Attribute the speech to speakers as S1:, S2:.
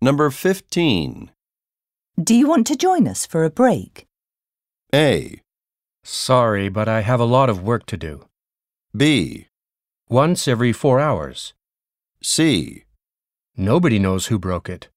S1: Number 15.
S2: Do you want to join us for a break?
S1: A.
S3: Sorry, but I have a lot of work to do.
S1: B.
S3: Once every four hours.
S1: C.
S3: Nobody knows who broke it.